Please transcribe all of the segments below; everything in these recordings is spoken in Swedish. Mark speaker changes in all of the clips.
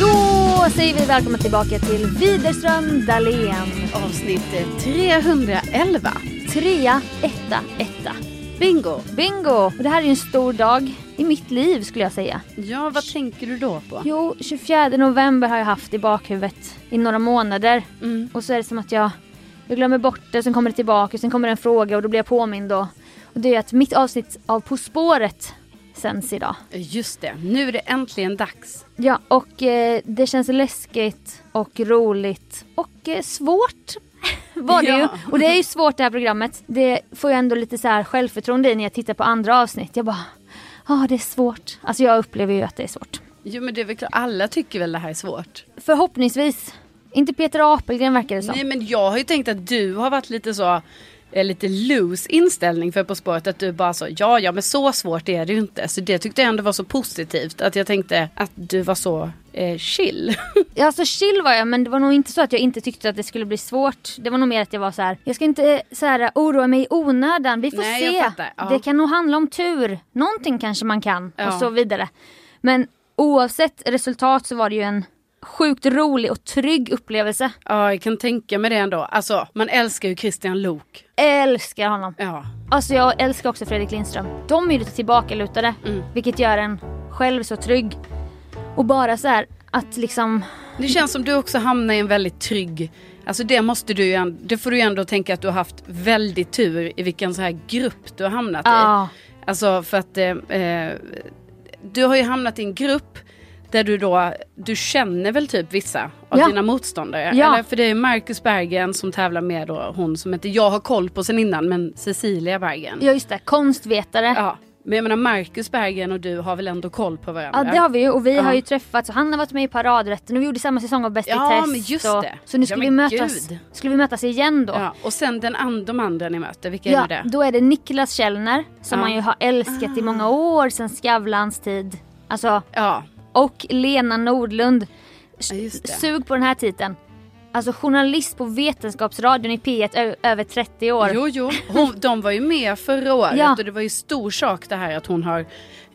Speaker 1: Då säger vi välkomna tillbaka till Widerström Dahlén.
Speaker 2: Avsnitt 311.
Speaker 1: Trea, etta, etta.
Speaker 2: Bingo!
Speaker 1: Bingo! Och det här är ju en stor dag i mitt liv skulle jag säga.
Speaker 2: Ja, vad tänker du då på?
Speaker 1: Jo, 24 november har jag haft i bakhuvudet i några månader.
Speaker 2: Mm.
Speaker 1: Och så är det som att jag, jag glömmer bort det, sen kommer det tillbaka, sen kommer det en fråga och då blir jag påmind då. Och det är att mitt avsnitt av På spåret sänds idag.
Speaker 2: Just det, nu är det äntligen dags.
Speaker 1: Ja, och eh, det känns läskigt och roligt och eh, svårt var det
Speaker 2: Ja.
Speaker 1: ju. Och det är ju svårt det här programmet. Det får jag ändå lite så här självförtroende i när jag tittar på andra avsnitt. Jag bara, ja det är svårt. Alltså jag upplever ju att det är svårt.
Speaker 2: Jo, men det är väl klart, alla tycker väl det här är svårt.
Speaker 1: Förhoppningsvis. Inte Peter Apelgren verkar det som.
Speaker 2: Nej, men jag har ju tänkt att du har varit lite så, eh, lite loose inställning för På spåret. Att du bara så, ja, ja, men så svårt är det ju inte. Så det tyckte jag ändå var så positivt. Att jag tänkte att du var så eh, chill.
Speaker 1: Ja, alltså chill var jag men det var nog inte så att jag inte tyckte att det skulle bli svårt. Det var nog mer att jag var så här. jag ska inte eh, så här, oroa mig i onödan, vi får
Speaker 2: Nej,
Speaker 1: se.
Speaker 2: jag fattar. Ja.
Speaker 1: Det kan nog handla om tur, någonting kanske man kan
Speaker 2: Ja.
Speaker 1: och så vidare. Men oavsett resultat så var det ju en sjukt rolig och trygg upplevelse.
Speaker 2: Ja, jag kan tänka mig det ändå. Alltså, man älskar ju Christian Lok.
Speaker 1: Älskar honom.
Speaker 2: Ja.
Speaker 1: Alltså jag älskar också Fredrik Lindström. De är ju lite tillbakalutade
Speaker 2: Mm.
Speaker 1: vilket gör en själv så trygg. Och bara så här att liksom
Speaker 2: Det känns som du också hamnar i en väldigt trygg... Alltså det måste du ju, änd- det får du ju ändå tänka att du har haft väldigt tur i vilken så här grupp du har hamnat i.
Speaker 1: Ja.
Speaker 2: Alltså för att eh, eh, du har ju hamnat i en grupp där du då, du känner väl typ vissa av
Speaker 1: Ja.
Speaker 2: dina motståndare?
Speaker 1: Ja.
Speaker 2: Eller för det är ju Marcus Bergen som tävlar med då hon som inte jag har koll på sen innan men Cecilia Bergen.
Speaker 1: Ja just det, konstvetare.
Speaker 2: Ja. Men jag menar Marcus Bergen och du har väl ändå koll på varandra?
Speaker 1: Ja det har vi ju och vi
Speaker 2: Ja.
Speaker 1: har ju träffats och han har varit med i Paradrätten och vi gjorde samma säsong av Bäst
Speaker 2: Ja,
Speaker 1: i test.
Speaker 2: men just
Speaker 1: och,
Speaker 2: det.
Speaker 1: Så nu
Speaker 2: Ja,
Speaker 1: skulle,
Speaker 2: men
Speaker 1: vi mötas,
Speaker 2: gud.
Speaker 1: skulle vi mötas igen då.
Speaker 2: Ja, och sen den and, de andra ni möter, vilka
Speaker 1: Ja,
Speaker 2: är det?
Speaker 1: då är det Niklas Källner som
Speaker 2: Ja. Ah.
Speaker 1: man ju har älskat i många år sedan Skavlans tid. Alltså,
Speaker 2: Ja,
Speaker 1: och Lena Nordlund. S-
Speaker 2: Ja, just det.
Speaker 1: Sug på den här titeln. Alltså journalist på Vetenskapsradion i P1 ö- över 30 år.
Speaker 2: Jo, jo. Hon, de var ju med förra året
Speaker 1: Ja.
Speaker 2: och det var ju stor sak det här att hon har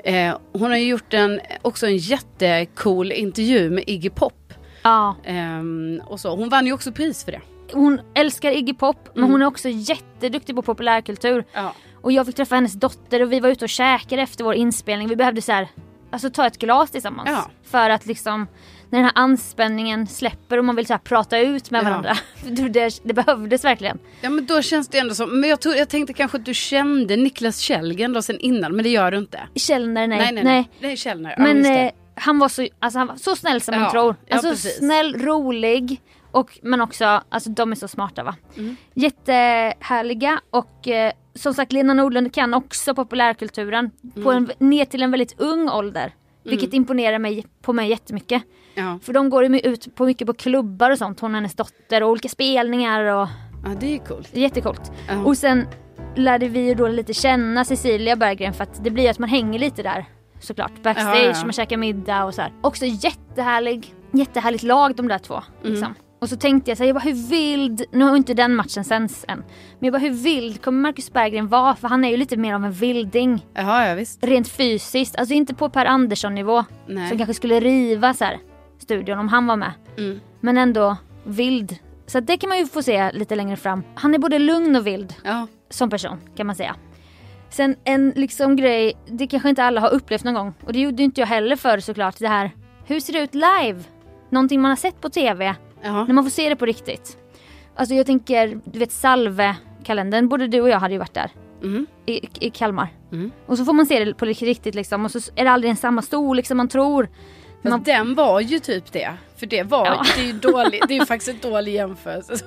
Speaker 2: eh, Hon har ju gjort en, också en jättecool intervju med Iggy Pop.
Speaker 1: Ja.
Speaker 2: Ehm, och så. Hon vann ju också pris för det.
Speaker 1: Hon älskar Iggy Pop men hon är också jätteduktig på populärkultur.
Speaker 2: Mm. Ja.
Speaker 1: Och jag fick träffa hennes dotter och vi var ute och käkade efter vår inspelning. Vi behövde så här, alltså ta ett glas tillsammans.
Speaker 2: Ja.
Speaker 1: För att liksom när den här anspänningen släpper och man vill så här prata ut med
Speaker 2: Ja.
Speaker 1: varandra. Det, det behövdes verkligen.
Speaker 2: ja men då känns det ändå som, men jag, tror, jag tänkte kanske att du kände Niklas Källgren då sen innan men det gör du inte.
Speaker 1: Källner, nej.
Speaker 2: nej, nej. nej. nej Källner. Ja,
Speaker 1: Men
Speaker 2: just det.
Speaker 1: eh, han var så, alltså, han var så snäll som man
Speaker 2: Ja,
Speaker 1: tror.
Speaker 2: ja,
Speaker 1: Alltså
Speaker 2: precis.
Speaker 1: snäll, rolig. Och, men också, alltså de är så smarta va.
Speaker 2: Mm.
Speaker 1: Jättehärliga och eh, som sagt Lena Nordlund kan också populärkulturen. På
Speaker 2: Mm.
Speaker 1: en, ner till en väldigt ung ålder. Vilket imponerar mig, på mig jättemycket.
Speaker 2: ja.
Speaker 1: För de går ju ut på mycket på klubbar och sånt, hon och hennes dotter och olika spelningar och
Speaker 2: Ja, det är coolt.
Speaker 1: Jättecoolt.
Speaker 2: Ja.
Speaker 1: Och sen lärde vi ju då lite känna Cecilia Berggren för att det blir ju att man hänger lite där såklart. Backstage,
Speaker 2: Ja, ja.
Speaker 1: man käkar middag och så här. Också jättehärlig, jättehärligt lag de där två.
Speaker 2: Mm.
Speaker 1: Liksom. Och så tänkte jag så här, jag bara hur vild, nu har ju inte den matchen sänds än. Men jag bara hur vild kommer Marcus Berggren vara? För han är ju lite mer av en vilding.
Speaker 2: Jaha, ja visst.
Speaker 1: Rent fysiskt, alltså inte på Per Andersson nivå.
Speaker 2: Nej.
Speaker 1: Som kanske skulle riva så här, studion om han var med.
Speaker 2: Mm.
Speaker 1: Men ändå vild. Så att det kan man ju få se lite längre fram. Han är både lugn och vild
Speaker 2: Ja.
Speaker 1: som person kan man säga. Sen en liksom grej, det kanske inte alla har upplevt någon gång och det gjorde ju inte jag heller förr såklart det här. Hur ser det ut live? Någonting man har sett på TV
Speaker 2: Jaha.
Speaker 1: när man får se det på riktigt. Alltså jag tänker, du vet Salve-kalendern, både du och jag hade ju varit där
Speaker 2: Mm.
Speaker 1: i, i Kalmar.
Speaker 2: Mm.
Speaker 1: Och så får man se det på riktigt liksom och så är det aldrig en samma storlek som man tror.
Speaker 2: Fast
Speaker 1: Man-
Speaker 2: den var ju typ det. För det var
Speaker 1: Ja.
Speaker 2: det är ju dålig, det är ju faktiskt en dålig jämförelse. Alltså,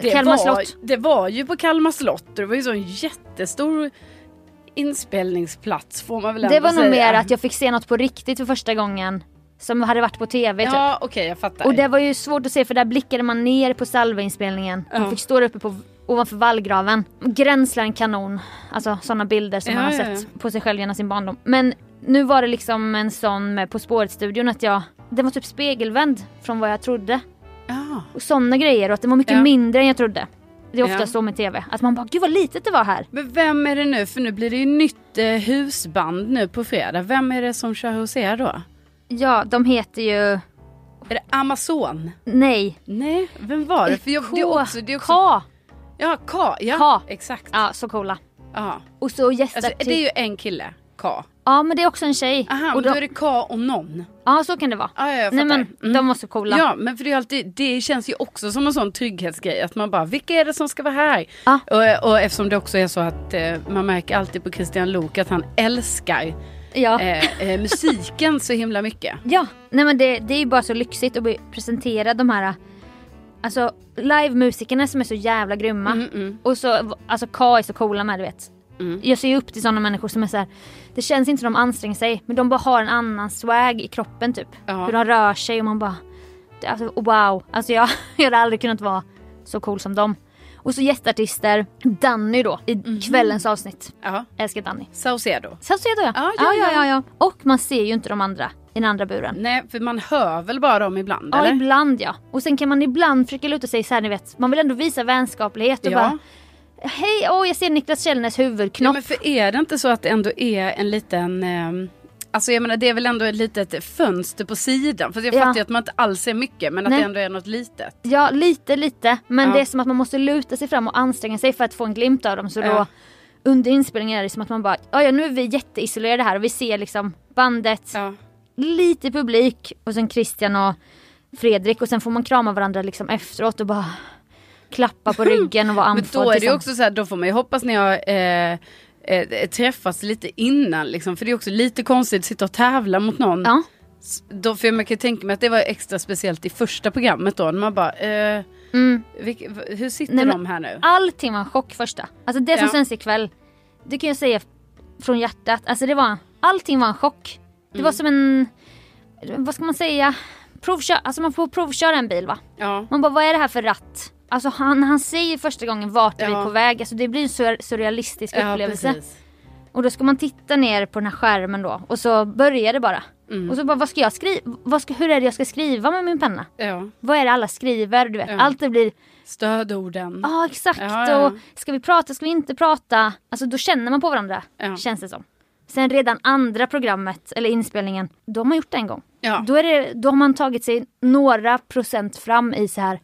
Speaker 2: Det
Speaker 1: Kalmar
Speaker 2: var,
Speaker 1: slott.
Speaker 2: Det var ju på Kalmar slott och det var ju så en jättestor inspelningsplats får man väl ändå
Speaker 1: Det var nog
Speaker 2: säga.
Speaker 1: mer att jag fick se något på riktigt för första gången som hade varit på TV typ.
Speaker 2: Ja okej jag fattar.
Speaker 1: Och det var ju svårt att se för där blickade man ner på salveinspelningen.
Speaker 2: Ja.
Speaker 1: Man fick stå där uppe på, ovanför vallgraven. Gränslar en kanon. Alltså sådana bilder som
Speaker 2: Ja,
Speaker 1: man har
Speaker 2: ja, ja.
Speaker 1: sett på sig själv genom sin barndom. Men nu var det liksom en sån med På spåret-studion att jag... Den var typ spegelvänd från vad jag trodde.
Speaker 2: ja.
Speaker 1: Och sådana grejer och att den var mycket
Speaker 2: Ja.
Speaker 1: mindre än jag trodde. Det är ofta
Speaker 2: Ja.
Speaker 1: så med TV. Att man bara, gud vad litet det var här.
Speaker 2: Men vem är det nu? För nu blir det ju nytt eh, husband nu på fredag. Vem är det som kör hos er då?
Speaker 1: Ja, de heter ju...
Speaker 2: Är det Amazon?
Speaker 1: Nej.
Speaker 2: Nej, vem var det? För jag, det är också... Det är också
Speaker 1: K.
Speaker 2: ja, K. Ja,
Speaker 1: K.
Speaker 2: exakt. Ja.
Speaker 1: Ja, så coola. Och så gästar
Speaker 2: Alltså,
Speaker 1: till...
Speaker 2: det är ju en kille, K.
Speaker 1: Ja, men det är också en tjej.
Speaker 2: Aha,
Speaker 1: och
Speaker 2: men då
Speaker 1: de...
Speaker 2: är det K och någon.
Speaker 1: Ja, så kan det vara.
Speaker 2: Ja, ja, jag
Speaker 1: Nej
Speaker 2: fattar.
Speaker 1: men
Speaker 2: Mm.
Speaker 1: de var så coola.
Speaker 2: Ja, men för det, är alltid, det känns ju också som en sån trygghetsgrej att man bara, vilka är det som ska vara här?
Speaker 1: Ja.
Speaker 2: Och, och eftersom det också är så att eh, man märker alltid på Christian Lok att han älskar
Speaker 1: Ja.
Speaker 2: eh, eh, musiken så himla mycket.
Speaker 1: ja. Nej men det, det är ju bara så lyxigt att bli presenterad de här Alltså livemusikerna som är så jävla grymma.
Speaker 2: Mm, mm.
Speaker 1: Och så, alltså K är så coola med du vet.
Speaker 2: Mm.
Speaker 1: Jag ser ju upp till sådana människor som är så här. det känns inte som de anstränger sig men de bara har en annan swag i kroppen typ.
Speaker 2: Ja.
Speaker 1: Hur de rör sig och man bara, det- alltså, oh, wow. Alltså jag, jag hade aldrig kunnat vara så cool som dem. Och så gästartister, Danny då i
Speaker 2: Mhm.
Speaker 1: kvällens avsnitt.
Speaker 2: Ja,
Speaker 1: Älskar Danny.
Speaker 2: Saucedo.
Speaker 1: Så ser jag då
Speaker 2: Ja,
Speaker 1: ja.
Speaker 2: ja,
Speaker 1: Ja, ja,
Speaker 2: ja.
Speaker 1: ja. Och man ser ju inte de andra i den andra buren.
Speaker 2: Nej, för man hör väl bara dem ibland
Speaker 1: Ja,
Speaker 2: eller?
Speaker 1: ibland ja. Och sen kan man ibland försöka luta sig så här, ni vet. Man vill ändå visa vänskaplighet och
Speaker 2: Ja.
Speaker 1: bara Hej, åh jag ser Niklas Källnäs
Speaker 2: Ja,
Speaker 1: huvudknopp.
Speaker 2: men för är det inte så att det ändå är en liten... ehm, Alltså jag menar det är väl ändå ett litet fönster på sidan. För jag
Speaker 1: Ja.
Speaker 2: fattar ju att man inte alls ser mycket men att
Speaker 1: Nej.
Speaker 2: det ändå är något litet.
Speaker 1: Ja, lite lite. Men
Speaker 2: Ja.
Speaker 1: det är som att man måste luta sig fram och anstränga sig för att få en glimt av dem. Så då
Speaker 2: Ja.
Speaker 1: under inspelningen är det som att man bara, ja ja nu är vi jätteisolerade här och vi ser liksom bandet,
Speaker 2: Ja.
Speaker 1: lite publik och sen Christian och Fredrik och sen får man krama varandra liksom efteråt och bara klappa på ryggen och vara
Speaker 2: Men
Speaker 1: andfådd.
Speaker 2: då är det ju
Speaker 1: tillsammans.
Speaker 2: också så här, då får man ju hoppas ni har eh, eh, träffats lite innan liksom. För det är också lite konstigt att sitta och tävla mot någon.
Speaker 1: Ja.
Speaker 2: S- Då, för man kan ju tänka mig att det var extra speciellt i första programmet då. När man bara, eh,
Speaker 1: Mm.
Speaker 2: vilka, v- hur sitter
Speaker 1: Nej, men-
Speaker 2: de här nu?
Speaker 1: Allting var en chock första. Alltså det som
Speaker 2: Ja.
Speaker 1: sänds ikväll, det kan jag säga från hjärtat. Alltså det var, allting var en chock. Det
Speaker 2: Mm.
Speaker 1: var som en, vad ska man säga, provkör, alltså man får provköra en bil va.
Speaker 2: Ja.
Speaker 1: Man bara vad är det här för ratt? Alltså han, han säger första gången vart är vi
Speaker 2: Ja.
Speaker 1: på väg, alltså det blir en sur- surrealistisk
Speaker 2: Ja,
Speaker 1: upplevelse.
Speaker 2: precis.
Speaker 1: Och då ska man titta ner på den här skärmen då och så börjar det bara.
Speaker 2: Mm.
Speaker 1: Och så bara vad ska jag skriva, vad ska, hur är det jag ska skriva med min penna?
Speaker 2: Ja.
Speaker 1: Vad är det alla skriver? Du vet,
Speaker 2: Ja.
Speaker 1: allt det blir
Speaker 2: Stödorden.
Speaker 1: Ja exakt
Speaker 2: Ja, ja, ja.
Speaker 1: och ska vi prata, ska vi inte prata? Alltså då känner man på varandra
Speaker 2: Ja.
Speaker 1: känns det som. Sen redan andra programmet eller inspelningen, då har man gjort det en gång.
Speaker 2: Ja.
Speaker 1: Då, är det, då har man tagit sig några procent fram i så här,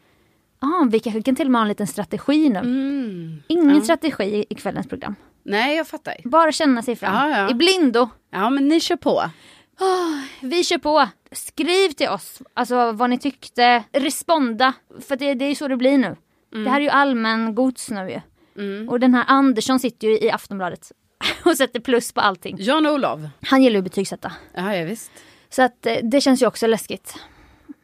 Speaker 1: ah, vi kanske kan till och med ha en liten strategi nu.
Speaker 2: Mm.
Speaker 1: Ingen strategi i- i kvällens program.
Speaker 2: Nej jag fattar.
Speaker 1: Bara känna sig fram.
Speaker 2: Ja, ja.
Speaker 1: I blindo.
Speaker 2: Ja men ni kör på.
Speaker 1: Vi kör på. Skriv till oss alltså, vad ni tyckte. Responda. För det, det är ju så det blir nu. Det här är ju
Speaker 2: Mm.
Speaker 1: allmän gods nu ju. Och den här Andersson sitter ju i Aftonbladet och sätter plus på allting.
Speaker 2: Jan-Olov.
Speaker 1: Han gillar ju att betygsätta.
Speaker 2: Ja, ja visst.
Speaker 1: Så att eh, det känns ju också läskigt.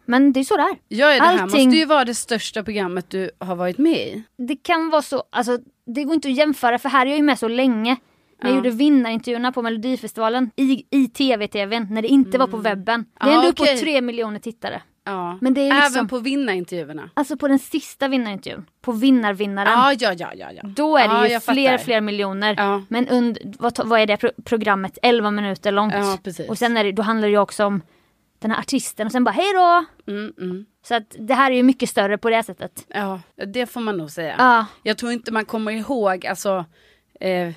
Speaker 1: Men det är så det är.
Speaker 2: Ja, ja, det här
Speaker 1: Allting-
Speaker 2: måste ju vara det största programmet du har varit med i.
Speaker 1: Det kan vara så, alltså det går inte att jämföra för här är jag ju med så länge. När jag
Speaker 2: Ja.
Speaker 1: gjorde vinnarintervjuerna på Melodifestivalen i, i tv-tvn när det inte var på webben. Det är
Speaker 2: Ja,
Speaker 1: ändå
Speaker 2: Mm. Ah, okej.
Speaker 1: uppåt tre miljoner tittare.
Speaker 2: Ja.
Speaker 1: Men det är liksom-
Speaker 2: Även på vinnarintervjuerna.
Speaker 1: Alltså på den sista vinnarintervjun, på vinnarvinnaren.
Speaker 2: Ja, ja, ja, ja, ja.
Speaker 1: Då är det
Speaker 2: ja,
Speaker 1: ju
Speaker 2: jag
Speaker 1: fler,
Speaker 2: fattar.
Speaker 1: fler miljoner.
Speaker 2: Ja.
Speaker 1: Men und, vad, vad är det pro- programmet? 11 minuter långt.
Speaker 2: Ja, precis.
Speaker 1: och sen är det, då handlar det ju också om den här artisten och sen bara hej då!
Speaker 2: Mm, mm.
Speaker 1: Så att det här är ju mycket större på det här sättet.
Speaker 2: Ja, det får man nog säga.
Speaker 1: Ja.
Speaker 2: Jag tror inte man kommer ihåg, alltså, eh,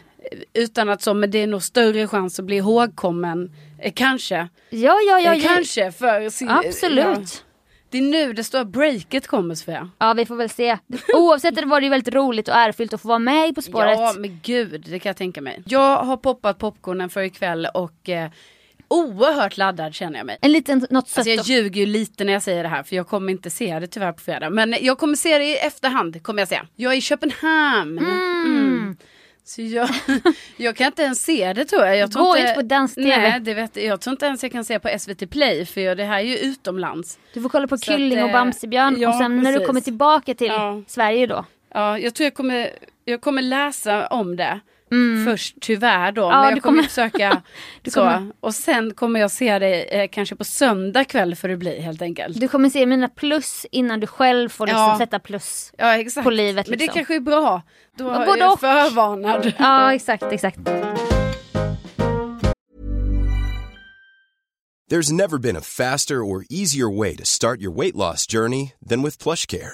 Speaker 2: utan att så, men det är nog större chans att bli ihågkommen, eh, kanske.
Speaker 1: Ja, ja, ja.
Speaker 2: eh,
Speaker 1: ja.
Speaker 2: kanske för sin, eh, Ja.
Speaker 1: Absolut.
Speaker 2: Det är nu det stora breaket kommer Sofia.
Speaker 1: Ja. vi får väl se. Oavsett det var det ju väldigt roligt och ärofyllt att få vara med i På spåret.
Speaker 2: Ja, men gud, det kan jag tänka mig. Jag har poppat popcornen för ikväll och eh, oerhört laddad känner jag mig.
Speaker 1: En liten, något sött
Speaker 2: Alltså jag
Speaker 1: och-
Speaker 2: ljuger ju lite när jag säger det här för jag kommer inte se det tyvärr på fredag. Men jag kommer se det i efterhand kommer jag se. Jag är i Köpenhamn. Mm. Så jag, jag kan inte ens se det tror jag. jag tror
Speaker 1: Gå inte på dans-tv.
Speaker 2: Nej, det vet, jag tror inte ens jag kan se på SVT Play för jag, det här är ju utomlands.
Speaker 1: Du får kolla på
Speaker 2: Så att,
Speaker 1: Kylling och
Speaker 2: eh,
Speaker 1: Bamsebjörn
Speaker 2: ja,
Speaker 1: och sen när du
Speaker 2: precis.
Speaker 1: kommer tillbaka till
Speaker 2: Ja.
Speaker 1: Sverige då.
Speaker 2: Ja, jag tror jag kommer, jag kommer läsa om det. Först tyvärr då.
Speaker 1: Mm. Ja,
Speaker 2: men
Speaker 1: du
Speaker 2: jag kommer,
Speaker 1: kommer-
Speaker 2: försöka
Speaker 1: Du
Speaker 2: så.
Speaker 1: kommer-
Speaker 2: Och sen kommer jag se det eh, kanske på söndag kväll för det blir helt enkelt.
Speaker 1: Du kommer se mina plus innan du själv får liksom
Speaker 2: Ja.
Speaker 1: sätta plus.
Speaker 2: Ja exakt.
Speaker 1: på livet,
Speaker 2: Men det
Speaker 1: liksom.
Speaker 2: kanske är bra. Då
Speaker 1: Men
Speaker 2: är
Speaker 1: både och.
Speaker 2: jag förvarnad.
Speaker 1: Ja, exakt, exakt.
Speaker 3: There's never been a faster or easier way to start your weight loss journey than with PlushCare.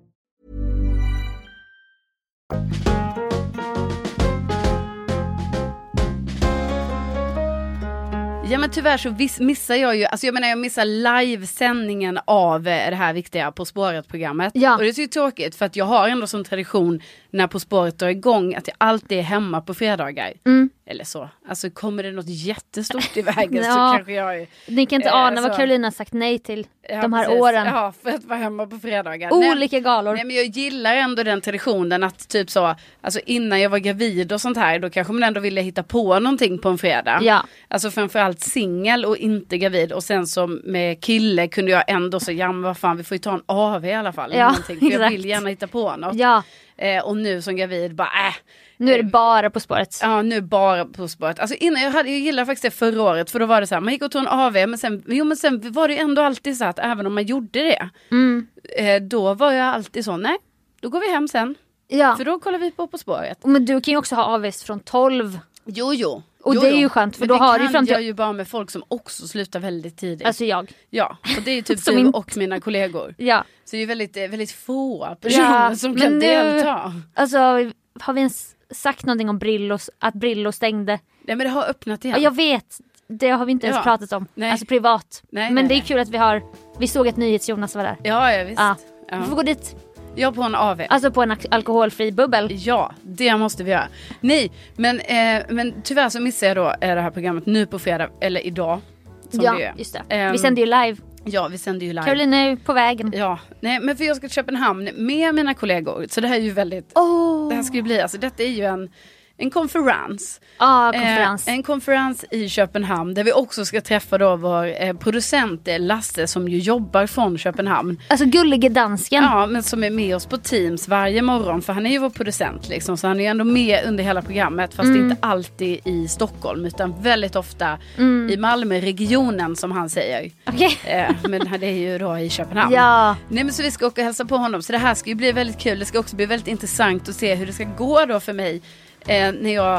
Speaker 2: Ja men tyvärr så vis- missar jag ju, alltså jag menar jag missar livesändningen av eh, det här viktiga På spåret-programmet.
Speaker 1: Ja.
Speaker 2: Och det är ju tråkigt för att jag har ändå som tradition när På spåret drar igång att jag alltid är hemma på fredagar.
Speaker 1: Mm.
Speaker 2: Eller så. Alltså kommer det något jättestort i vägen så
Speaker 1: Ja.
Speaker 2: kanske jag är...
Speaker 1: Ni kan inte
Speaker 2: Eh,
Speaker 1: ana vad
Speaker 2: så.
Speaker 1: Carolina har sagt nej till
Speaker 2: Ja,
Speaker 1: de här
Speaker 2: precis.
Speaker 1: åren.
Speaker 2: Ja, för att vara hemma på fredagar. Nej,
Speaker 1: Olika galor.
Speaker 2: Nej men jag gillar ändå den traditionen att typ så, alltså innan jag var gravid och sånt här, då kanske man ändå ville hitta på någonting på en fredag.
Speaker 1: Ja.
Speaker 2: Alltså framförallt singel och inte gravid och sen som med kille kunde jag ändå så, ja men vad fan vi får ju ta en AV i alla fall. eller
Speaker 1: Ja,
Speaker 2: någonting, för jag
Speaker 1: exakt.
Speaker 2: vill gärna hitta på något.
Speaker 1: Ja.
Speaker 2: Eh, och nu som gravid bara äh,
Speaker 1: Nu är det bara På spåret.
Speaker 2: Ja, nu bara på spåret. Alltså innan, jag, hade, jag gillade faktiskt det förra året, för då var det så här, man gick och tog en AV, men sen, jo, men sen var det ju ändå alltid så här att även om man gjorde det, eh, då var jag alltid så, nej, då går vi hem sen,
Speaker 1: Ja.
Speaker 2: för då kollar vi på På spåret.
Speaker 1: Men du kan ju också ha AVs från 12.
Speaker 2: Jo, jo.
Speaker 1: Och
Speaker 2: jo,
Speaker 1: det är ju
Speaker 2: jo.
Speaker 1: skönt, för
Speaker 2: men
Speaker 1: då har du
Speaker 2: det
Speaker 1: ju fram
Speaker 2: kan
Speaker 1: till-
Speaker 2: jag ju bara med folk som också slutar väldigt tidigt.
Speaker 1: Alltså jag.
Speaker 2: ja, och det är ju typ
Speaker 1: Som
Speaker 2: du
Speaker 1: inte-
Speaker 2: och mina kollegor.
Speaker 1: Ja.
Speaker 2: Så det är ju väldigt, eh, väldigt få personer som
Speaker 1: men
Speaker 2: kan
Speaker 1: nu-
Speaker 2: delta.
Speaker 1: Alltså har vi ens sagt någonting om Brillo, att Brillo stängde?
Speaker 2: Nej, men det har öppnat igen.
Speaker 1: Ja. Jag vet, det har vi inte ens
Speaker 2: Ja.
Speaker 1: pratat om.
Speaker 2: Nej.
Speaker 1: Alltså privat.
Speaker 2: Nej,
Speaker 1: men
Speaker 2: nej,
Speaker 1: det är
Speaker 2: nej.
Speaker 1: kul att vi har, vi såg att NyhetsJonas var där.
Speaker 2: ja, ja, visst.
Speaker 1: Ja.
Speaker 2: Ja.
Speaker 1: Vi får gå dit.
Speaker 2: Ja, på en AV.
Speaker 1: Alltså på en ak- alkoholfri bubbel.
Speaker 2: Ja, det måste vi göra. Nej, men, eh, men tyvärr så missar jag då eh, det här programmet nu på fredag, eller idag. Som
Speaker 1: ja,
Speaker 2: det är.
Speaker 1: just det.
Speaker 2: Ehm,
Speaker 1: vi sänder ju live.
Speaker 2: Ja, vi sänder ju live.
Speaker 1: Caroline är på vägen.
Speaker 2: Ja, nej men för jag ska till Köpenhamn med mina kollegor. Så det här är ju väldigt, det här ska ju bli, alltså detta är ju en, en konferens.
Speaker 1: Ja, konferens.
Speaker 2: Eh, en konferens i Köpenhamn där vi också ska träffa då vår eh, producent eh, Lasse som ju jobbar från Köpenhamn.
Speaker 1: Alltså gullige dansken.
Speaker 2: Ja, men som är med oss på Teams varje morgon. För han är ju vår producent liksom. Så han är ju ändå med under hela programmet. Fast inte alltid i Stockholm. Utan väldigt ofta i Malmöregionen som han säger.
Speaker 1: Okej.
Speaker 2: Eh, men det är ju då i Köpenhamn.
Speaker 1: Ja.
Speaker 2: Nej men så vi ska åka och hälsa på honom. Så det här ska ju bli väldigt kul. Det ska också bli väldigt intressant att se hur det ska gå då för mig. Eh, när jag,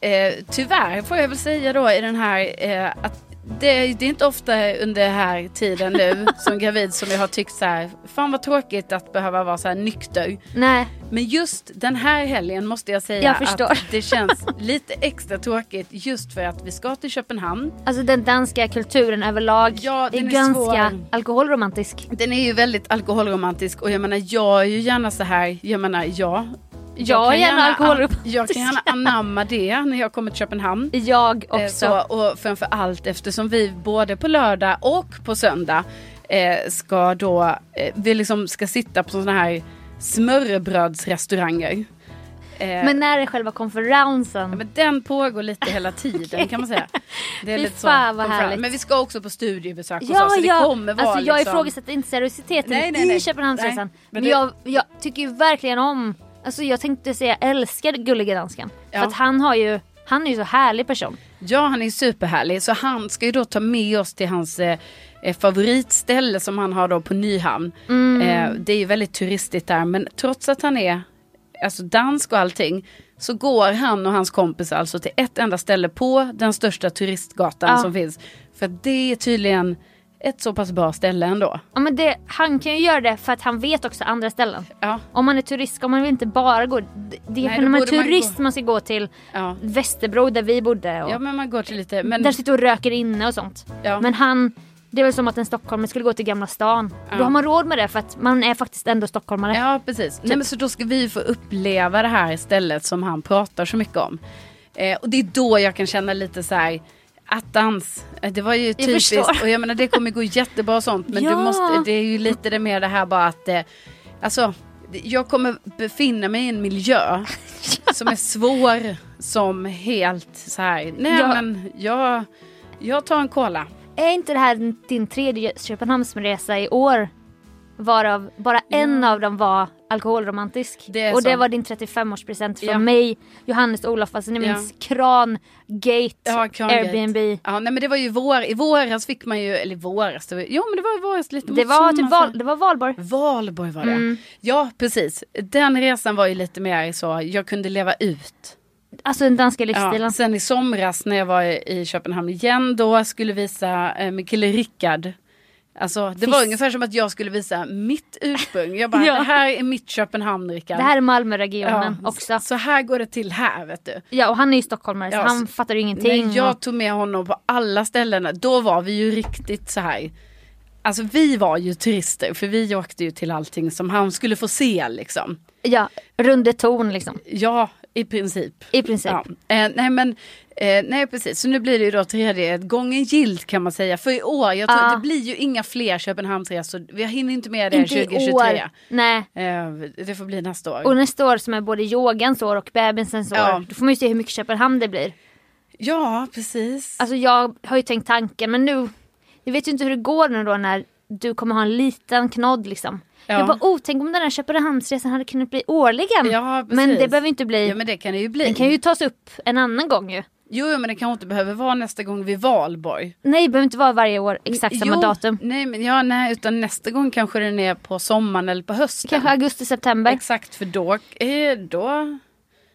Speaker 2: eh, tyvärr får jag väl säga då i den här eh, att det, det är inte ofta under den här tiden nu som gravid som jag har tyckt så här, fan vad tråkigt att behöva vara så här nykter.
Speaker 1: Nej.
Speaker 2: Men just den här helgen måste jag säga
Speaker 1: Jag förstår.
Speaker 2: att det känns lite extra tråkigt just för att vi ska till Köpenhamn.
Speaker 1: Alltså den danska kulturen överlag
Speaker 2: Ja,
Speaker 1: är,
Speaker 2: den är
Speaker 1: ganska
Speaker 2: svår.
Speaker 1: alkoholromantisk.
Speaker 2: Den är ju väldigt alkoholromantisk och jag menar jag är ju gärna så här, jag menar jag.
Speaker 1: Jag är
Speaker 2: kan
Speaker 1: gärna alkoholromantisk.
Speaker 2: Jag kan gärna anamma det när jag kommer till Köpenhamn.
Speaker 1: Jag
Speaker 2: Eh,
Speaker 1: också.
Speaker 2: Så, och framför allt eftersom vi både på lördag och på söndag eh, ska då, eh, vi liksom ska sitta på sådana här smörrebrödsrestauranger. Eh,
Speaker 1: Men när är själva konferensen?
Speaker 2: men den pågår lite hela tiden kan man säga. Det är
Speaker 1: Fy
Speaker 2: lite så.
Speaker 1: fan, vad
Speaker 2: konferens.
Speaker 1: härligt.
Speaker 2: Men vi ska också på studiebesök hos
Speaker 1: Ja,
Speaker 2: oss, så det
Speaker 1: ja.
Speaker 2: kommer vara
Speaker 1: alltså jag
Speaker 2: liksom...
Speaker 1: ifrågasätter inte seriositeten
Speaker 2: Nej, nej, nej.
Speaker 1: i Köpenhamnsresan.
Speaker 2: Nej,
Speaker 1: Men,
Speaker 2: men det-
Speaker 1: jag, jag tycker ju verkligen om, alltså jag tänkte säga älskar gullige dansken.
Speaker 2: Ja.
Speaker 1: För att han har ju, han är ju så härlig person.
Speaker 2: Ja, han är superhärlig. Så han ska ju då ta med oss till hans eh, eh, favoritställe som han har då på Nyhamn.
Speaker 1: Mm.
Speaker 2: Eh, det är ju väldigt turistigt där, men trots att han är alltså dansk och allting så går han och hans kompis alltså till ett enda ställe på den största turistgatan
Speaker 1: Ja.
Speaker 2: som finns. För att det är tydligen ett så pass bra ställe ändå.
Speaker 1: Ja men det, han kan ju göra det för att han vet också andra ställen.
Speaker 2: Ja,
Speaker 1: Om man är turist ska man väl inte bara gå, det det är
Speaker 2: då
Speaker 1: när man är
Speaker 2: borde man
Speaker 1: turist man,
Speaker 2: gå-
Speaker 1: ska gå till
Speaker 2: ja.
Speaker 1: Västerbro där vi bodde. Och...
Speaker 2: ja men man går till lite... Men,
Speaker 1: Där sitter och röker inne och sånt.
Speaker 2: Ja.
Speaker 1: Men han, det är väl som att en stockholmare skulle gå till Gamla stan. Då har man råd med det för att man är faktiskt ändå stockholmare.
Speaker 2: Ja, precis.
Speaker 1: Typ.
Speaker 2: Nej, men så då ska vi få uppleva det här stället som han pratar så mycket om. Eh, och det är då jag kan känna lite så här, attans, eh, det var ju typiskt.
Speaker 1: förstår.
Speaker 2: Och jag menar det kommer gå jättebra och sånt. Men
Speaker 1: Ja.
Speaker 2: du måste, det är ju lite det mer det här bara att, eh, alltså, jag kommer befinna mig i en miljö som är svår som helt så här, nej
Speaker 1: Ja.
Speaker 2: men jag, jag tar en cola.
Speaker 1: Är inte det här din tredje Köpenhamnsresa i år? Varav bara en av dem var alkoholromantisk.
Speaker 2: Det är
Speaker 1: och det
Speaker 2: så.
Speaker 1: var din 35-årspresent från
Speaker 2: Ja.
Speaker 1: mig, Johannes och Olof. Alltså ni
Speaker 2: Ja.
Speaker 1: minns Kran, Gate,
Speaker 2: Ja, Krangate.
Speaker 1: Airbnb.
Speaker 2: Ja, nej men det var ju vår, i våras fick man ju, eller i våras, det var, jo men det var i våras lite
Speaker 1: Det
Speaker 2: mot
Speaker 1: var typ
Speaker 2: sommaren,
Speaker 1: val, Mm.
Speaker 2: så-
Speaker 1: det var valborg.
Speaker 2: Valborg var det. Ja, precis. Den resan var ju lite mer så, jag kunde leva ut.
Speaker 1: Alltså den danska
Speaker 2: Ja.
Speaker 1: livsstilen.
Speaker 2: Sen i somras när jag var i- i Köpenhamn igen, då skulle visa eh, min kille Rickard. Alltså, det var
Speaker 1: Fisk.
Speaker 2: ungefär som att jag skulle visa mitt ursprung. Jag bara,
Speaker 1: Ja.
Speaker 2: det här är mitt Köpenhamn, Rickard.
Speaker 1: Det här är Malmöregionen också.
Speaker 2: Så här går det till här, vet du.
Speaker 1: Ja och han är ju stockholmare
Speaker 2: Ja,
Speaker 1: så han
Speaker 2: så-
Speaker 1: fattar ju ingenting.
Speaker 2: När jag
Speaker 1: och-
Speaker 2: tog med honom på alla ställena, då var vi ju riktigt så här. Alltså vi var ju turister, för vi åkte ju till allting som han skulle få se liksom.
Speaker 1: Ja, Runde Torn liksom.
Speaker 2: Ja, i princip.
Speaker 1: I princip.
Speaker 2: Ja. Eh, nej men, eh, nej precis. Så nu blir det ju då tredje gången gillt kan man säga. För i år, jag tror,
Speaker 1: Ja.
Speaker 2: det blir ju inga fler Köpenhamnsresor. Jag hinner inte med det
Speaker 1: Inte i
Speaker 2: 2023.
Speaker 1: år. Nej.
Speaker 2: Eh, det får bli nästa år.
Speaker 1: Och nästa år som är både yogans år och bebisens år.
Speaker 2: Ja.
Speaker 1: Då får man ju se hur mycket Köpenhamn det blir.
Speaker 2: Ja, precis.
Speaker 1: Alltså jag har ju tänkt tanken men nu. Jag vet ju inte hur det går nu då när du kommer ha en liten knodd liksom.
Speaker 2: Ja.
Speaker 1: Jag bara oh, tänk om den här Köpenhamnsresan hade kunnat bli årligen.
Speaker 2: Ja, precis.
Speaker 1: men det behöver ju inte bli.
Speaker 2: Ja men det kan det ju bli.
Speaker 1: Den kan ju tas upp en annan gång ju.
Speaker 2: Jo, jo men det kanske inte behöver vara nästa gång vid valborg.
Speaker 1: Nej, det behöver inte vara varje år exakt samma
Speaker 2: jo,
Speaker 1: datum.
Speaker 2: Nej, men, ja, nej, utan nästa gång kanske den är på sommaren eller på hösten.
Speaker 1: Kanske augusti, september.
Speaker 2: Exakt, för då, eh, då,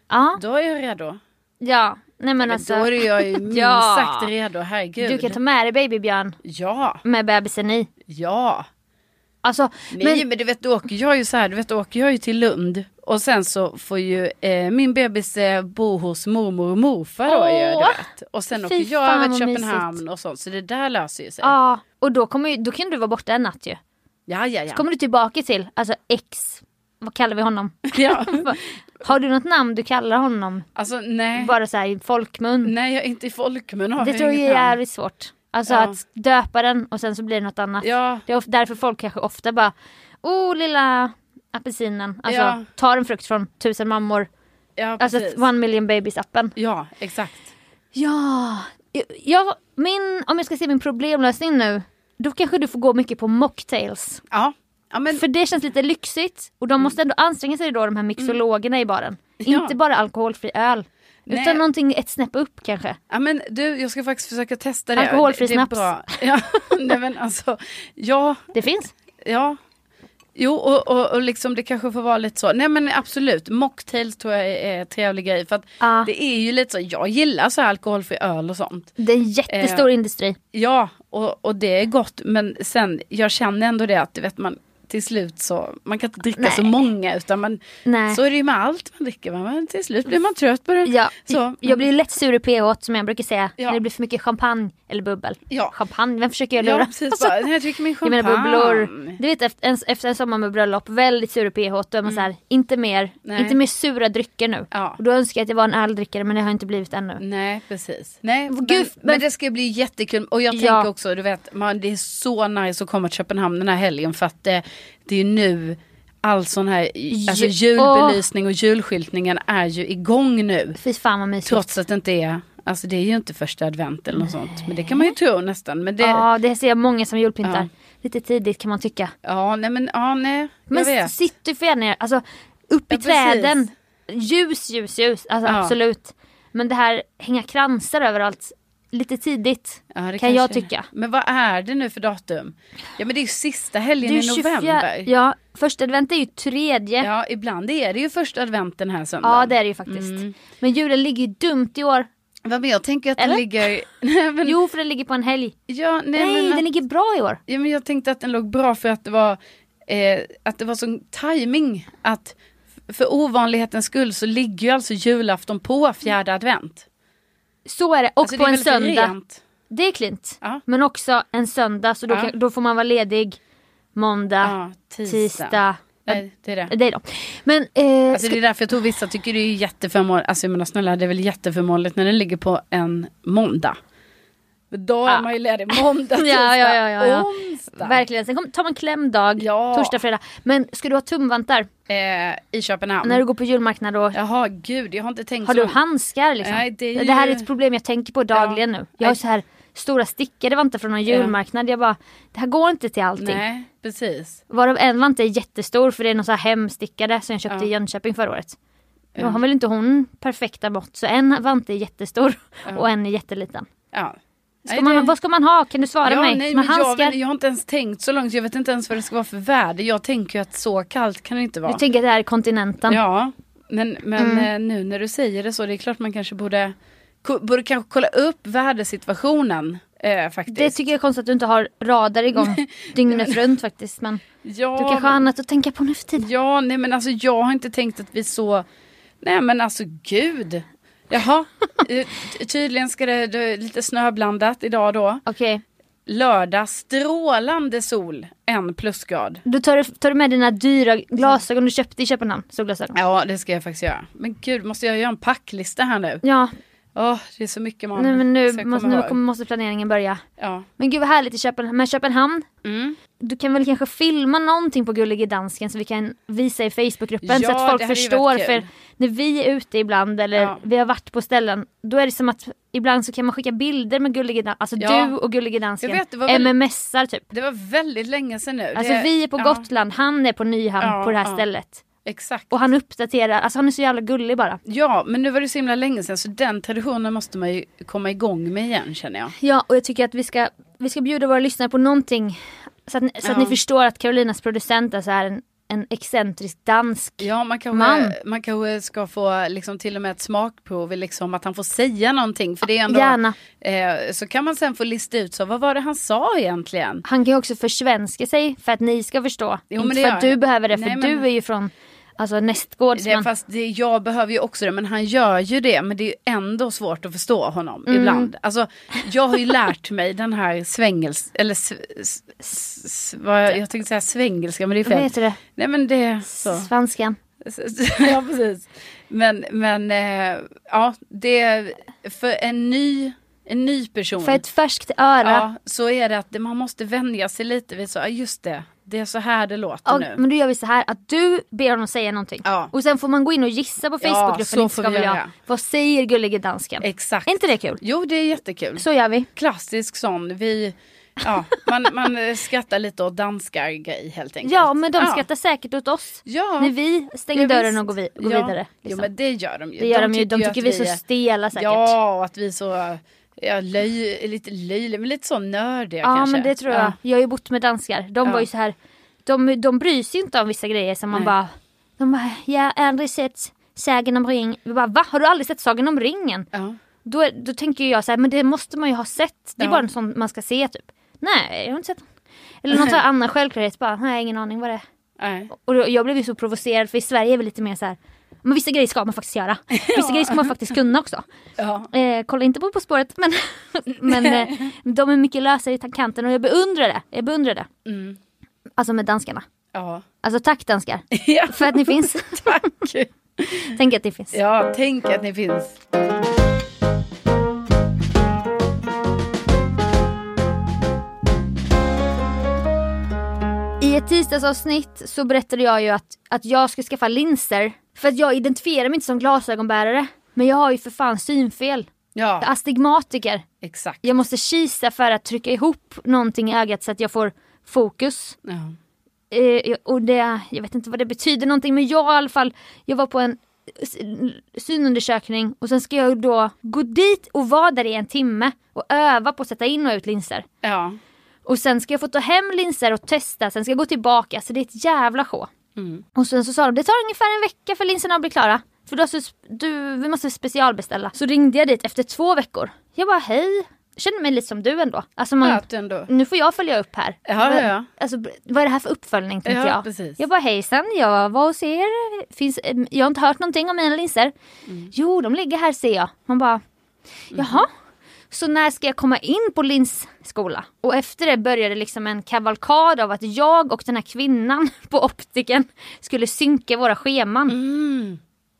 Speaker 1: Ja,
Speaker 2: då är jag redo.
Speaker 1: ja. Nej men
Speaker 2: Men
Speaker 1: alltså.
Speaker 2: Då är jag ju minst
Speaker 1: Ja.
Speaker 2: sagt redo, herregud.
Speaker 1: Du kan ta med dig babybjörn
Speaker 2: Ja,
Speaker 1: med bebisen i.
Speaker 2: ja.
Speaker 1: Alltså,
Speaker 2: Nej, men,
Speaker 1: men,
Speaker 2: du vet, då åker jag ju så här, du vet, då åker jag ju till Lund. Och sen så får ju eh, min bebis eh, bo hos mormor och morfar då
Speaker 1: Åh,
Speaker 2: ju, du vet. Och sen
Speaker 1: fy
Speaker 2: åker jag
Speaker 1: fan
Speaker 2: över
Speaker 1: vad
Speaker 2: till Köpenhamn och sånt, så det där löser ju sig.
Speaker 1: ja, och då, kommer ju, då kan du vara borta en natt ju.
Speaker 2: Ja, ja, ja.
Speaker 1: Kommer du tillbaka till, alltså X vad kallar vi honom?
Speaker 2: Ja.
Speaker 1: har du något namn du kallar honom?
Speaker 2: Alltså nej.
Speaker 1: Bara så här i folkmun.
Speaker 2: Nej, jag är inte i folkmun. har
Speaker 1: det
Speaker 2: vi
Speaker 1: tror jag
Speaker 2: inget
Speaker 1: är
Speaker 2: namn.
Speaker 1: jävligt svårt. Alltså
Speaker 2: Ja.
Speaker 1: att döpa den och sen så blir det något annat.
Speaker 2: Ja.
Speaker 1: Det är of- därför folk kanske ofta bara, oh lilla apelsinen. Alltså
Speaker 2: Ja.
Speaker 1: tar en frukt från tusen mammor.
Speaker 2: Ja,
Speaker 1: Alltså
Speaker 2: precis.
Speaker 1: one million babies appen.
Speaker 2: Ja, exakt.
Speaker 1: Ja, jag, min, om jag ska se min problemlösning nu. Då kanske du får gå mycket på mocktails.
Speaker 2: Ja. Ja, men,
Speaker 1: För det känns lite lyxigt och de måste ändå anstränga sig då de här mixologerna i baren.
Speaker 2: Ja.
Speaker 1: Inte bara alkoholfri öl.
Speaker 2: Nej.
Speaker 1: Utan någonting ett snäpp upp kanske.
Speaker 2: ja, men du, jag ska faktiskt försöka testa det.
Speaker 1: Alkoholfri
Speaker 2: det, det är
Speaker 1: snaps.
Speaker 2: bra. Ja, nej, men alltså, ja,
Speaker 1: Det finns.
Speaker 2: ja. Jo, och, och, och liksom det kanske får vara lite så. Nej men absolut, mocktails tror jag är en trevlig grej. För att
Speaker 1: Ja.
Speaker 2: det är ju lite så, jag gillar så här alkoholfri öl och sånt.
Speaker 1: Det är en jättestor industri.
Speaker 2: Ja, och, och det är gott. Men sen, jag känner ändå det att du vet man till slut så, man kan inte dricka så
Speaker 1: Nej.
Speaker 2: många utan man,
Speaker 1: Nej.
Speaker 2: så är det ju med allt man dricker. va? Men till slut blir man trött på det.
Speaker 1: Ja,
Speaker 2: så,
Speaker 1: jag blir lätt sur i pH som jag brukar säga.
Speaker 2: Ja.
Speaker 1: När det blir för mycket champagne eller bubbel.
Speaker 2: Ja.
Speaker 1: Champagne, vem försöker jag lura? Alltså,
Speaker 2: Ja, precis. Bara, "Nej, jag dricker min
Speaker 1: jag menar
Speaker 2: champagne. Mm.
Speaker 1: bubblor. Du vet efter en, efter en sommar med bröllop, väldigt sur i pH, då är man så här, inte mer,
Speaker 2: Nej.
Speaker 1: inte mer sura drycker nu.
Speaker 2: Ja. Mm.
Speaker 1: Och då önskar jag att jag var en alldrickare men det har jag inte blivit ännu.
Speaker 2: Nej, precis. Nej,
Speaker 1: Gud,
Speaker 2: men,
Speaker 1: men-
Speaker 2: men, det ska bli jättekul. Och jag
Speaker 1: Ja.
Speaker 2: tänker också, du vet, man, det är så nice att komma till Köpenhamn den här helgen för att det, det är ju nu all sån här alltså,
Speaker 1: Ju-
Speaker 2: julbelysning och julskyltningen är ju igång nu.
Speaker 1: Fy fan vad mysigt.
Speaker 2: Trots att det inte är, alltså det är ju inte första advent eller något sånt. Men det kan man ju tro nästan. Men det, ja,
Speaker 1: Ja, det ser jag många som julpyntar.
Speaker 2: Ja.
Speaker 1: Lite tidigt kan man tycka.
Speaker 2: nej men, ja nej. jag
Speaker 1: Men
Speaker 2: vet.
Speaker 1: sitter för gärna alltså upp i
Speaker 2: Ja, precis.
Speaker 1: träden. Ljus, ljus, ljus. Alltså
Speaker 2: Ja.
Speaker 1: absolut. Men det här hänga kransar överallt lite tidigt
Speaker 2: Ja, det
Speaker 1: kan jag
Speaker 2: kanske är det.
Speaker 1: tycka.
Speaker 2: Men vad är det nu för datum? Ja men det är ju sista helgen
Speaker 1: Det är
Speaker 2: i
Speaker 1: 24
Speaker 2: november.
Speaker 1: Ja, första advent är ju tredje. Ja,
Speaker 2: Ja, ibland är det ju första adventen här söndagen.
Speaker 1: det är det ju faktiskt.
Speaker 2: Mm.
Speaker 1: Men julen ligger ju dumt i år.
Speaker 2: Vad men jag tänker att den
Speaker 1: Eller?
Speaker 2: ligger... Nej, men,
Speaker 1: Jo, för den ligger på en helg.
Speaker 2: ja, nej,
Speaker 1: Nej,
Speaker 2: men,
Speaker 1: den ligger bra i år.
Speaker 2: ja, men jag tänkte att den låg bra för att det var, eh, att det var sån timing att för ovanlighetens skull så ligger ju alltså julafton på fjärde advent.
Speaker 1: Så är det. Och
Speaker 2: Alltså,
Speaker 1: på
Speaker 2: det är
Speaker 1: en
Speaker 2: väl för
Speaker 1: söndag.
Speaker 2: rent.
Speaker 1: Det är klint.
Speaker 2: Ja.
Speaker 1: Men också en söndag, så då,
Speaker 2: Ja.
Speaker 1: kan, då får man vara ledig måndag,
Speaker 2: Ja, tisdag.
Speaker 1: tisdag.
Speaker 2: Nej, det är det.
Speaker 1: Det är då. Men eh,
Speaker 2: Alltså det är därför jag tror vissa tycker det är jätteförmånligt, alltså jag menar snälla det är väl jätteförmånligt när den ligger på en måndag. Men Då är
Speaker 1: Ja.
Speaker 2: man ju ledig måndag,
Speaker 1: Ja,
Speaker 2: tisdag,
Speaker 1: ja, ja, ja, ja.
Speaker 2: onsdag.
Speaker 1: verkligen, sen kom, tar man klämdag,
Speaker 2: Ja.
Speaker 1: torsdag, fredag. Men ska du ha tumvantar
Speaker 2: Eh, I Köpenhamn.
Speaker 1: när du går på julmarknad och
Speaker 2: Jaha, gud, jag har inte tänkt
Speaker 1: har
Speaker 2: så
Speaker 1: du
Speaker 2: långt.
Speaker 1: handskar liksom?
Speaker 2: Alltså- Nej, det är ju-
Speaker 1: här är ett problem jag tänker på dagligen
Speaker 2: Ja.
Speaker 1: nu. Jag har
Speaker 2: Nej.
Speaker 1: så här stora stickade vantar från någon julmarknad. Jag bara, det här går inte till allting.
Speaker 2: Nej, precis.
Speaker 1: Varav en vant är jättestor för det är någon så här hemstickade som jag köpte
Speaker 2: Ja.
Speaker 1: i Jönköping förra året. Nu har väl inte hon perfekta mått så en vante är jättestor och en är jätteliten.
Speaker 2: Ja.
Speaker 1: Ska
Speaker 2: Nej,
Speaker 1: man,
Speaker 2: det-
Speaker 1: Vad ska man ha? Kan du svara
Speaker 2: ja,
Speaker 1: mig?
Speaker 2: Nej,
Speaker 1: Ska man
Speaker 2: men jag,
Speaker 1: handskar?
Speaker 2: vet- jag har inte ens tänkt så långt. Jag vet inte ens vad det ska vara för väder. Jag tänker ju att så kallt kan det inte vara.
Speaker 1: Du tänker att det här är kontinenten?
Speaker 2: Ja, men, men
Speaker 1: Mm.
Speaker 2: eh, nu när du säger det så, det är klart man kanske borde, ko- borde kanske kolla upp vädersituationen. Eh, faktiskt.
Speaker 1: Det tycker jag är konstigt att du inte har radar igång dygnet runt faktiskt. Men
Speaker 2: ja,
Speaker 1: du kanske har annat att tänka på nu för tiden.
Speaker 2: Ja, nej men alltså jag har inte tänkt att vi så... Nej men alltså gud. Jaha, Eh, ty- tydligen ska det, det är lite snöblandat idag då.
Speaker 1: Okej,
Speaker 2: Lördag, strålande sol, en plusgrad.
Speaker 1: då tar du, tar du med dina dyra glasögon du köpte i Köpenhamn. Solglasögon.
Speaker 2: Ja, det ska jag faktiskt göra. Men gud, måste jag göra en packlista här nu?
Speaker 1: Ja,
Speaker 2: Åh, det är så mycket man
Speaker 1: nej, men
Speaker 2: ska
Speaker 1: nu,
Speaker 2: komma
Speaker 1: måste, nu
Speaker 2: ihåg.
Speaker 1: kommer- måste planeringen börja.
Speaker 2: Ja.
Speaker 1: Men gud vad härligt i Köpenhamn. Men Köpenhamn,
Speaker 2: Mm.
Speaker 1: du kan väl kanske filma någonting på Gullige Dansken så vi kan visa i Facebookgruppen så
Speaker 2: Ja,
Speaker 1: att folk
Speaker 2: det hade ju
Speaker 1: förstår.
Speaker 2: varit kul.
Speaker 1: För när vi är ute ibland eller
Speaker 2: Ja.
Speaker 1: vi har varit på ställen, då är det som att ibland så kan man skicka bilder med Gullige Dansken, alltså
Speaker 2: Ja.
Speaker 1: du och Gullige Dansken.
Speaker 2: Jag vet, det var väl-
Speaker 1: MMSar typ.
Speaker 2: Det var väldigt länge sedan nu.
Speaker 1: Alltså
Speaker 2: det,
Speaker 1: vi är på
Speaker 2: ja,
Speaker 1: Gotland, han är på Nyhamn
Speaker 2: Ja,
Speaker 1: på det här
Speaker 2: ja.
Speaker 1: stället.
Speaker 2: Exakt.
Speaker 1: Och han uppdaterar, alltså han är så jävla gullig bara.
Speaker 2: Ja, men nu var det så himla länge sedan så den traditionen måste man ju komma igång med igen känner jag.
Speaker 1: Ja och jag tycker att vi ska, vi ska bjuda våra lyssnare på någonting så att, ni- så att
Speaker 2: Ja.
Speaker 1: ni förstår att Carolinas producent alltså är så här en, en excentrisk dansk.
Speaker 2: Ja, man kanske,
Speaker 1: Man.
Speaker 2: man. kanske ska få liksom, till och med ett smakprov, i liksom, att han får säga någonting. För det är ändå,
Speaker 1: Gärna.
Speaker 2: Eh, så kan man sen få lista ut, så, vad var det han sa egentligen?
Speaker 1: Han kan ju också försvenska sig för att ni ska förstå.
Speaker 2: Jo,
Speaker 1: Inte
Speaker 2: men det
Speaker 1: för
Speaker 2: gör
Speaker 1: att du
Speaker 2: han.
Speaker 1: behöver det för
Speaker 2: Nej, men-
Speaker 1: du är ju från Alltså nästgårds.
Speaker 2: Det,
Speaker 1: men-
Speaker 2: fast det, jag behöver ju också det, men han gör ju det. Men det är ju ändå svårt att förstå honom
Speaker 1: Mm.
Speaker 2: ibland. Alltså, jag har ju lärt mig den här svängels... Eller s, s, s, s, vad, jag tänkte säga svängelska, men det är
Speaker 1: Vad
Speaker 2: fel.
Speaker 1: heter det?
Speaker 2: Nej men det... Så.
Speaker 1: Svanskan.
Speaker 2: ja, precis. Men, men eh, ja, det... är För en ny, en ny person.
Speaker 1: För ett färskt öra.
Speaker 2: ja, så är det att det- man måste vänja sig lite vid så, ja just det, det är så här det låter
Speaker 1: Och,
Speaker 2: nu.
Speaker 1: men då gör vi så här att du ber honom säga någonting.
Speaker 2: Ja.
Speaker 1: Och sen får man gå in och gissa på
Speaker 2: Ja,
Speaker 1: Facebookgruppen.
Speaker 2: så
Speaker 1: inte
Speaker 2: får
Speaker 1: ska
Speaker 2: vi
Speaker 1: väl jag.
Speaker 2: göra.
Speaker 1: Vad säger gullige dansken?
Speaker 2: Exakt.
Speaker 1: Är inte det kul?
Speaker 2: Jo, det är jättekul.
Speaker 1: Så gör vi.
Speaker 2: klassisk sån, vi, ja, man, man eh, skrattar lite åt danskar grej helt enkelt.
Speaker 1: Ja men de skrattar
Speaker 2: Ja.
Speaker 1: säkert åt oss.
Speaker 2: Ja.
Speaker 1: När vi stänger
Speaker 2: Ja,
Speaker 1: dörren
Speaker 2: visst.
Speaker 1: och går, vi, går
Speaker 2: Ja.
Speaker 1: vidare. Liksom.
Speaker 2: Jo men det gör de ju.
Speaker 1: det gör de, ju. De
Speaker 2: ju
Speaker 1: tycker
Speaker 2: att
Speaker 1: vi är så
Speaker 2: är-
Speaker 1: stela säkert.
Speaker 2: Ja, och att vi är så, ja, löj, lite löjliga, men lite så nördiga
Speaker 1: Ja,
Speaker 2: kanske.
Speaker 1: men det tror jag.
Speaker 2: Ja.
Speaker 1: Jag har ju bott med danskar. De
Speaker 2: Ja.
Speaker 1: var ju så här. De, de bryr sig inte om vissa grejer som man
Speaker 2: Nej.
Speaker 1: bara. De bara, jag har aldrig sett Sagan om ring. Vi bara, va? Har du aldrig sett Sagan om ringen?
Speaker 2: Ja.
Speaker 1: Då, är- då tänker ju jag så här, men det måste man ju ha sett. Det är
Speaker 2: Ja.
Speaker 1: bara en sån man ska se typ. Nej, jag har inte sett den. Eller någon sån här annan självklarhet bara, nej jag har ingen aning vad det är.
Speaker 2: Nej.
Speaker 1: Och då, jag blev ju så provocerad för i Sverige är vi lite mer så här. Men vissa grejer ska man faktiskt göra. Vissa grejer ska man faktiskt kunna också.
Speaker 2: Ja.
Speaker 1: Eh, kolla inte på På spåret men, men eh, de är mycket lösare i kanten och jag beundrar det. Jag beundrar det.
Speaker 2: Mm.
Speaker 1: Alltså med danskarna.
Speaker 2: Ja.
Speaker 1: Alltså tack danskar
Speaker 2: ja.
Speaker 1: för att ni finns.
Speaker 2: Tack.
Speaker 1: Tänk att ni finns.
Speaker 2: Ja, tänk att ni finns.
Speaker 1: I ett tisdagsavsnitt så berättade jag ju att, att jag ska skaffa linser. För att jag identifierar mig inte som glasögonbärare. Men jag har ju för fan synfel. Jag är
Speaker 2: Ja,
Speaker 1: astigmatiker.
Speaker 2: exakt.
Speaker 1: Jag måste kisa för att trycka ihop någonting i ögat så att jag får fokus.
Speaker 2: Ja.
Speaker 1: Eh, och det, jag vet inte vad det betyder någonting men jag i alla fall, jag var på en s- synundersökning och sen ska jag då gå dit och vara där i en timme och öva på att sätta in och ut linser.
Speaker 2: Ja.
Speaker 1: Och sen ska jag få ta hem linser och testa, sen ska jag gå tillbaka så det är ett jävla sjå. Och sen så sa de det tar ungefär en vecka för linserna att bli klara. För då, så, du, vi måste specialbeställa. Så ringde jag dit efter två veckor. Jag bara hej, känner mig lite som du ändå. Alltså man,
Speaker 2: Skönt ändå.
Speaker 1: nu får jag följa upp här.
Speaker 2: Ja,
Speaker 1: Vad-
Speaker 2: ja, ja.
Speaker 1: Alltså, b- vad är det här för uppföljning tänkte
Speaker 2: Ja,
Speaker 1: jag.
Speaker 2: precis.
Speaker 1: Jag bara hejsan, jag var hos er. Finns, em, jag har inte hört någonting om mina linser.
Speaker 2: Mm.
Speaker 1: Jo, de ligger här ser jag. Man bara,
Speaker 2: Mhm.
Speaker 1: jaha. Så när ska jag komma in på Linds skola? Och efter det började liksom en kavalkad av att jag och den här kvinnan på optiken skulle synka våra scheman.
Speaker 2: Mm.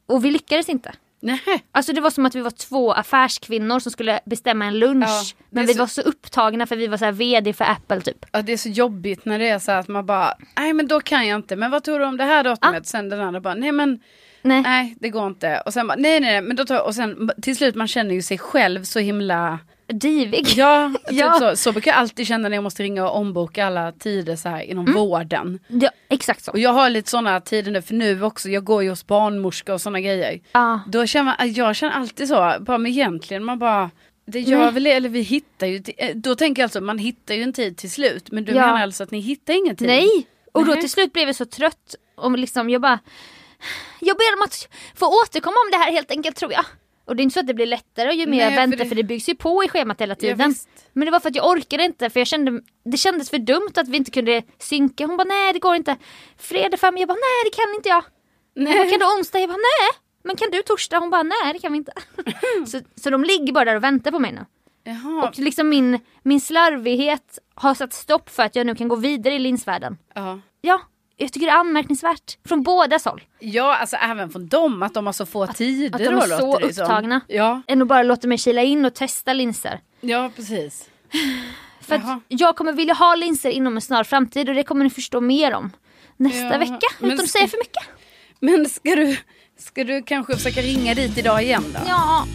Speaker 1: Och vi lyckades inte.
Speaker 2: Nej.
Speaker 1: Alltså det var som att vi var två affärskvinnor som skulle bestämma en lunch.
Speaker 2: Ja, det
Speaker 1: men
Speaker 2: är
Speaker 1: vi
Speaker 2: så-
Speaker 1: var så upptagna för vi var så här vd för Apple typ.
Speaker 2: Ja, det är så jobbigt när det är så här att man bara, nej men då kan jag inte, men vad tror du om det här datumet? Sen den andra bara, nej men
Speaker 1: Nej.
Speaker 2: Nej, det går inte. Och sen bara, nej, nej, nej. Men då tar, och sen till slut man känner ju sig själv så himla...
Speaker 1: Divig.
Speaker 2: Ja, typ
Speaker 1: Ja.
Speaker 2: Så, så brukar jag alltid känna när jag måste ringa och omboka alla tider så här inom vården.
Speaker 1: Ja, exakt så.
Speaker 2: Och jag har lite sådana tider nu, för nu också, jag går ju hos barnmorska och sådana grejer.
Speaker 1: Ja.
Speaker 2: Då känner man, jag känner alltid så, bara men egentligen man bara, det gör
Speaker 1: Nej.
Speaker 2: väl eller vi hittar ju, ti- då tänker jag alltså man hittar ju en tid till slut, men du
Speaker 1: Ja.
Speaker 2: menar alltså att ni hittar ingen tid?
Speaker 1: Nej! Och då
Speaker 2: Nej.
Speaker 1: till slut blev jag så trött och liksom jag bara Jag ber om att få återkomma om det här helt enkelt tror jag. Och det är inte så att det blir lättare ju mer
Speaker 2: Nej,
Speaker 1: jag
Speaker 2: för
Speaker 1: väntar för det...
Speaker 2: det-
Speaker 1: byggs ju på i schemat hela tiden.
Speaker 2: visst.
Speaker 1: Men det var för att jag orkade inte för jag kände Det kändes för dumt att vi inte kunde synka. Hon bara nej det går inte. Fredag fem, jag bara nej det kan inte jag. Hon bara, kan du onsdag? Jag bara nej. Men kan du torsdag? Hon bara nej det kan vi inte. så, så de ligger bara där och väntar på mig nu.
Speaker 2: Jaha,
Speaker 1: Och liksom min, min slarvighet har satt stopp för att jag nu kan gå vidare i linsvärlden.
Speaker 2: ja.
Speaker 1: Ja, jag tycker det är anmärkningsvärt. Från båda håll.
Speaker 2: Ja, alltså även från dem, att de har så få tider.
Speaker 1: att de
Speaker 2: då,
Speaker 1: är så
Speaker 2: låter det ju som.
Speaker 1: upptagna.
Speaker 2: Ja,
Speaker 1: Än att bara låta mig kila in och testa linser.
Speaker 2: ja precis.
Speaker 1: För att
Speaker 2: Jaha.
Speaker 1: jag kommer vilja ha linser inom en snar framtid och det kommer ni förstå mer om nästa
Speaker 2: Ja,
Speaker 1: vecka.
Speaker 2: men-
Speaker 1: Utan att säga för mycket.
Speaker 2: Men ska du, ska du kanske försöka ringa dit idag igen då?
Speaker 1: Ja,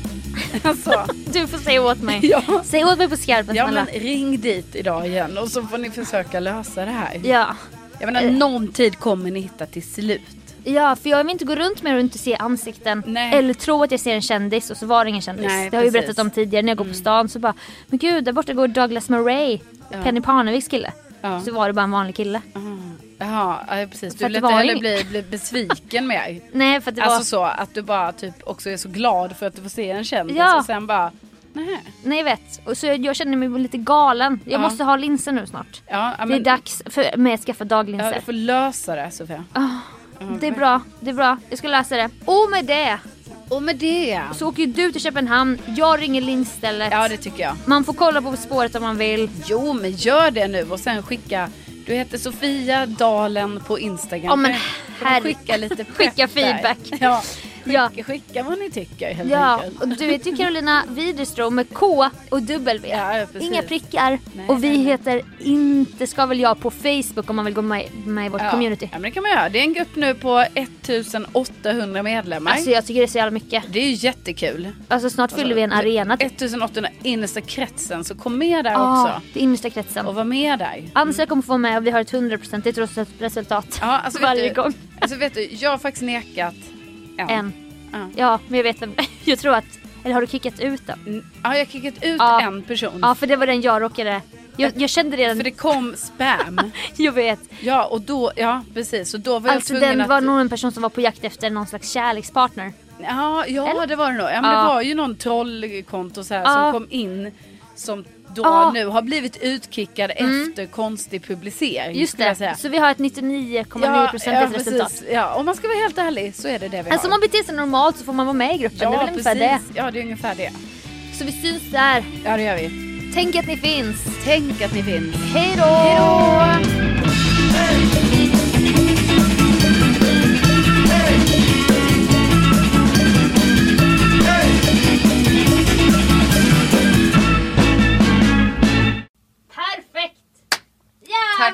Speaker 2: Alltså,
Speaker 1: du får säga åt mig.
Speaker 2: ja.
Speaker 1: Säg åt mig på skarpen
Speaker 2: ja
Speaker 1: snälla.
Speaker 2: men ring dit idag igen och så får ni försöka lösa det här.
Speaker 1: Ja.
Speaker 2: Jag menar någon tid kommer ni hitta till slut.
Speaker 1: ja, för jag vill inte gå runt med och inte se ansikten.
Speaker 2: Nej.
Speaker 1: Eller tro att jag ser en kändis och så var det ingen kändis.
Speaker 2: Nej,
Speaker 1: det har jag ju
Speaker 2: precis. Mm.
Speaker 1: berättat om tidigare när jag går på stan så bara, men gud där borta går Douglas Murray, Penny Parneviks kille.
Speaker 2: Ja.
Speaker 1: Så var det bara en vanlig kille.
Speaker 2: Mm. Jaha, ja, precis.
Speaker 1: För
Speaker 2: Du
Speaker 1: att det
Speaker 2: lät
Speaker 1: var
Speaker 2: hellre
Speaker 1: ing-
Speaker 2: bli, bli besviken mer.
Speaker 1: Nej för att det var...
Speaker 2: Alltså så att du bara typ också är så glad för att du får se en kändis
Speaker 1: Ja.
Speaker 2: och sen bara, nej.
Speaker 1: Nej jag vet. Och så jag, jag känner mig lite galen. Jag
Speaker 2: Ja.
Speaker 1: måste ha linser nu snart.
Speaker 2: Ja, ja,
Speaker 1: Det är dags för mig att skaffa
Speaker 2: Ja, du
Speaker 1: daglinser. Ah,
Speaker 2: får lösa det Sofia.
Speaker 1: Det är bra, det är bra. Jag ska läsa det. Och med det
Speaker 2: Och med det.
Speaker 1: så åker ju du till Köpenhamn, jag ringer Lindstället.
Speaker 2: Ja det tycker jag.
Speaker 1: Man får kolla på spåret om man vill.
Speaker 2: Jo men gör det nu och sen skicka. Du heter Sofia Dalen på Instagram.
Speaker 1: Ja, men
Speaker 2: Kan
Speaker 1: herre-
Speaker 2: du Skicka lite pepp
Speaker 1: Skicka
Speaker 2: där?
Speaker 1: feedback.
Speaker 2: Ja.
Speaker 1: Ja.
Speaker 2: Skicka, skicka vad ni tycker helt
Speaker 1: Ja,
Speaker 2: enkelt.
Speaker 1: och du heter ju Carolina Widerström med K och W.
Speaker 2: Ja, ja, precis.
Speaker 1: Inga prickar.
Speaker 2: Nej,
Speaker 1: och vi
Speaker 2: nej, nej.
Speaker 1: heter Inte ska väl jag på Facebook om man vill gå med, med i vårt
Speaker 2: Ja.
Speaker 1: community.
Speaker 2: Ja men det kan man göra. Det är en grupp nu på 1800 medlemmar.
Speaker 1: Alltså jag tycker det är så jävla mycket.
Speaker 2: det är ju jättekul.
Speaker 1: Alltså snart fyller vi en arena. Ah. typ.
Speaker 2: 1800 innersta kretsen så kom med där
Speaker 1: Ja,
Speaker 2: också.
Speaker 1: det är innersta kretsen.
Speaker 2: Och var med där.
Speaker 1: Ansök om att få vara med och vi har ett hundraprocentigt res- resultat
Speaker 2: Ja, alltså, vet
Speaker 1: varje
Speaker 2: du,
Speaker 1: gång.
Speaker 2: Alltså vet du, jag har faktiskt nekat en.
Speaker 1: En.
Speaker 2: Ja.
Speaker 1: Ja, men jag vet vem. Jag tror att, eller har du kickat ut den?
Speaker 2: Mm, Ja, jag har kickat ut
Speaker 1: Ja.
Speaker 2: en person.
Speaker 1: Ja, för det var den jag råkade. Jag, jag kände redan,
Speaker 2: För det kom spam.
Speaker 1: jag vet.
Speaker 2: ja, och då, ja precis. Så då var
Speaker 1: Alltså
Speaker 2: jag tvungen
Speaker 1: den
Speaker 2: att...
Speaker 1: var nog en person som var på jakt efter någon slags kärlekspartner.
Speaker 2: Ja, ja
Speaker 1: Eller?
Speaker 2: det var det nog. Ja, men
Speaker 1: Ja.
Speaker 2: Det var ju någon trollkonto så här
Speaker 1: Ja.
Speaker 2: som kom in som då
Speaker 1: Ja. Mm.
Speaker 2: nu har blivit utkickad efter konstig publicering.
Speaker 1: Just
Speaker 2: skulle jag
Speaker 1: det,
Speaker 2: säga.
Speaker 1: så vi har ett 99,9%
Speaker 2: ja, precis.
Speaker 1: resultat.
Speaker 2: Ja, om man ska vara helt ärlig så är det det vi
Speaker 1: Alltså om
Speaker 2: har.
Speaker 1: man beter sig normalt så får man vara med i gruppen. det är väl ungefär det.
Speaker 2: Ja, det är ungefär det.
Speaker 1: Så vi syns där.
Speaker 2: Ja, det gör vi.
Speaker 1: Tänk att ni finns.
Speaker 2: Tänk att ni finns.
Speaker 1: Hej då! Perfekt!
Speaker 2: Tack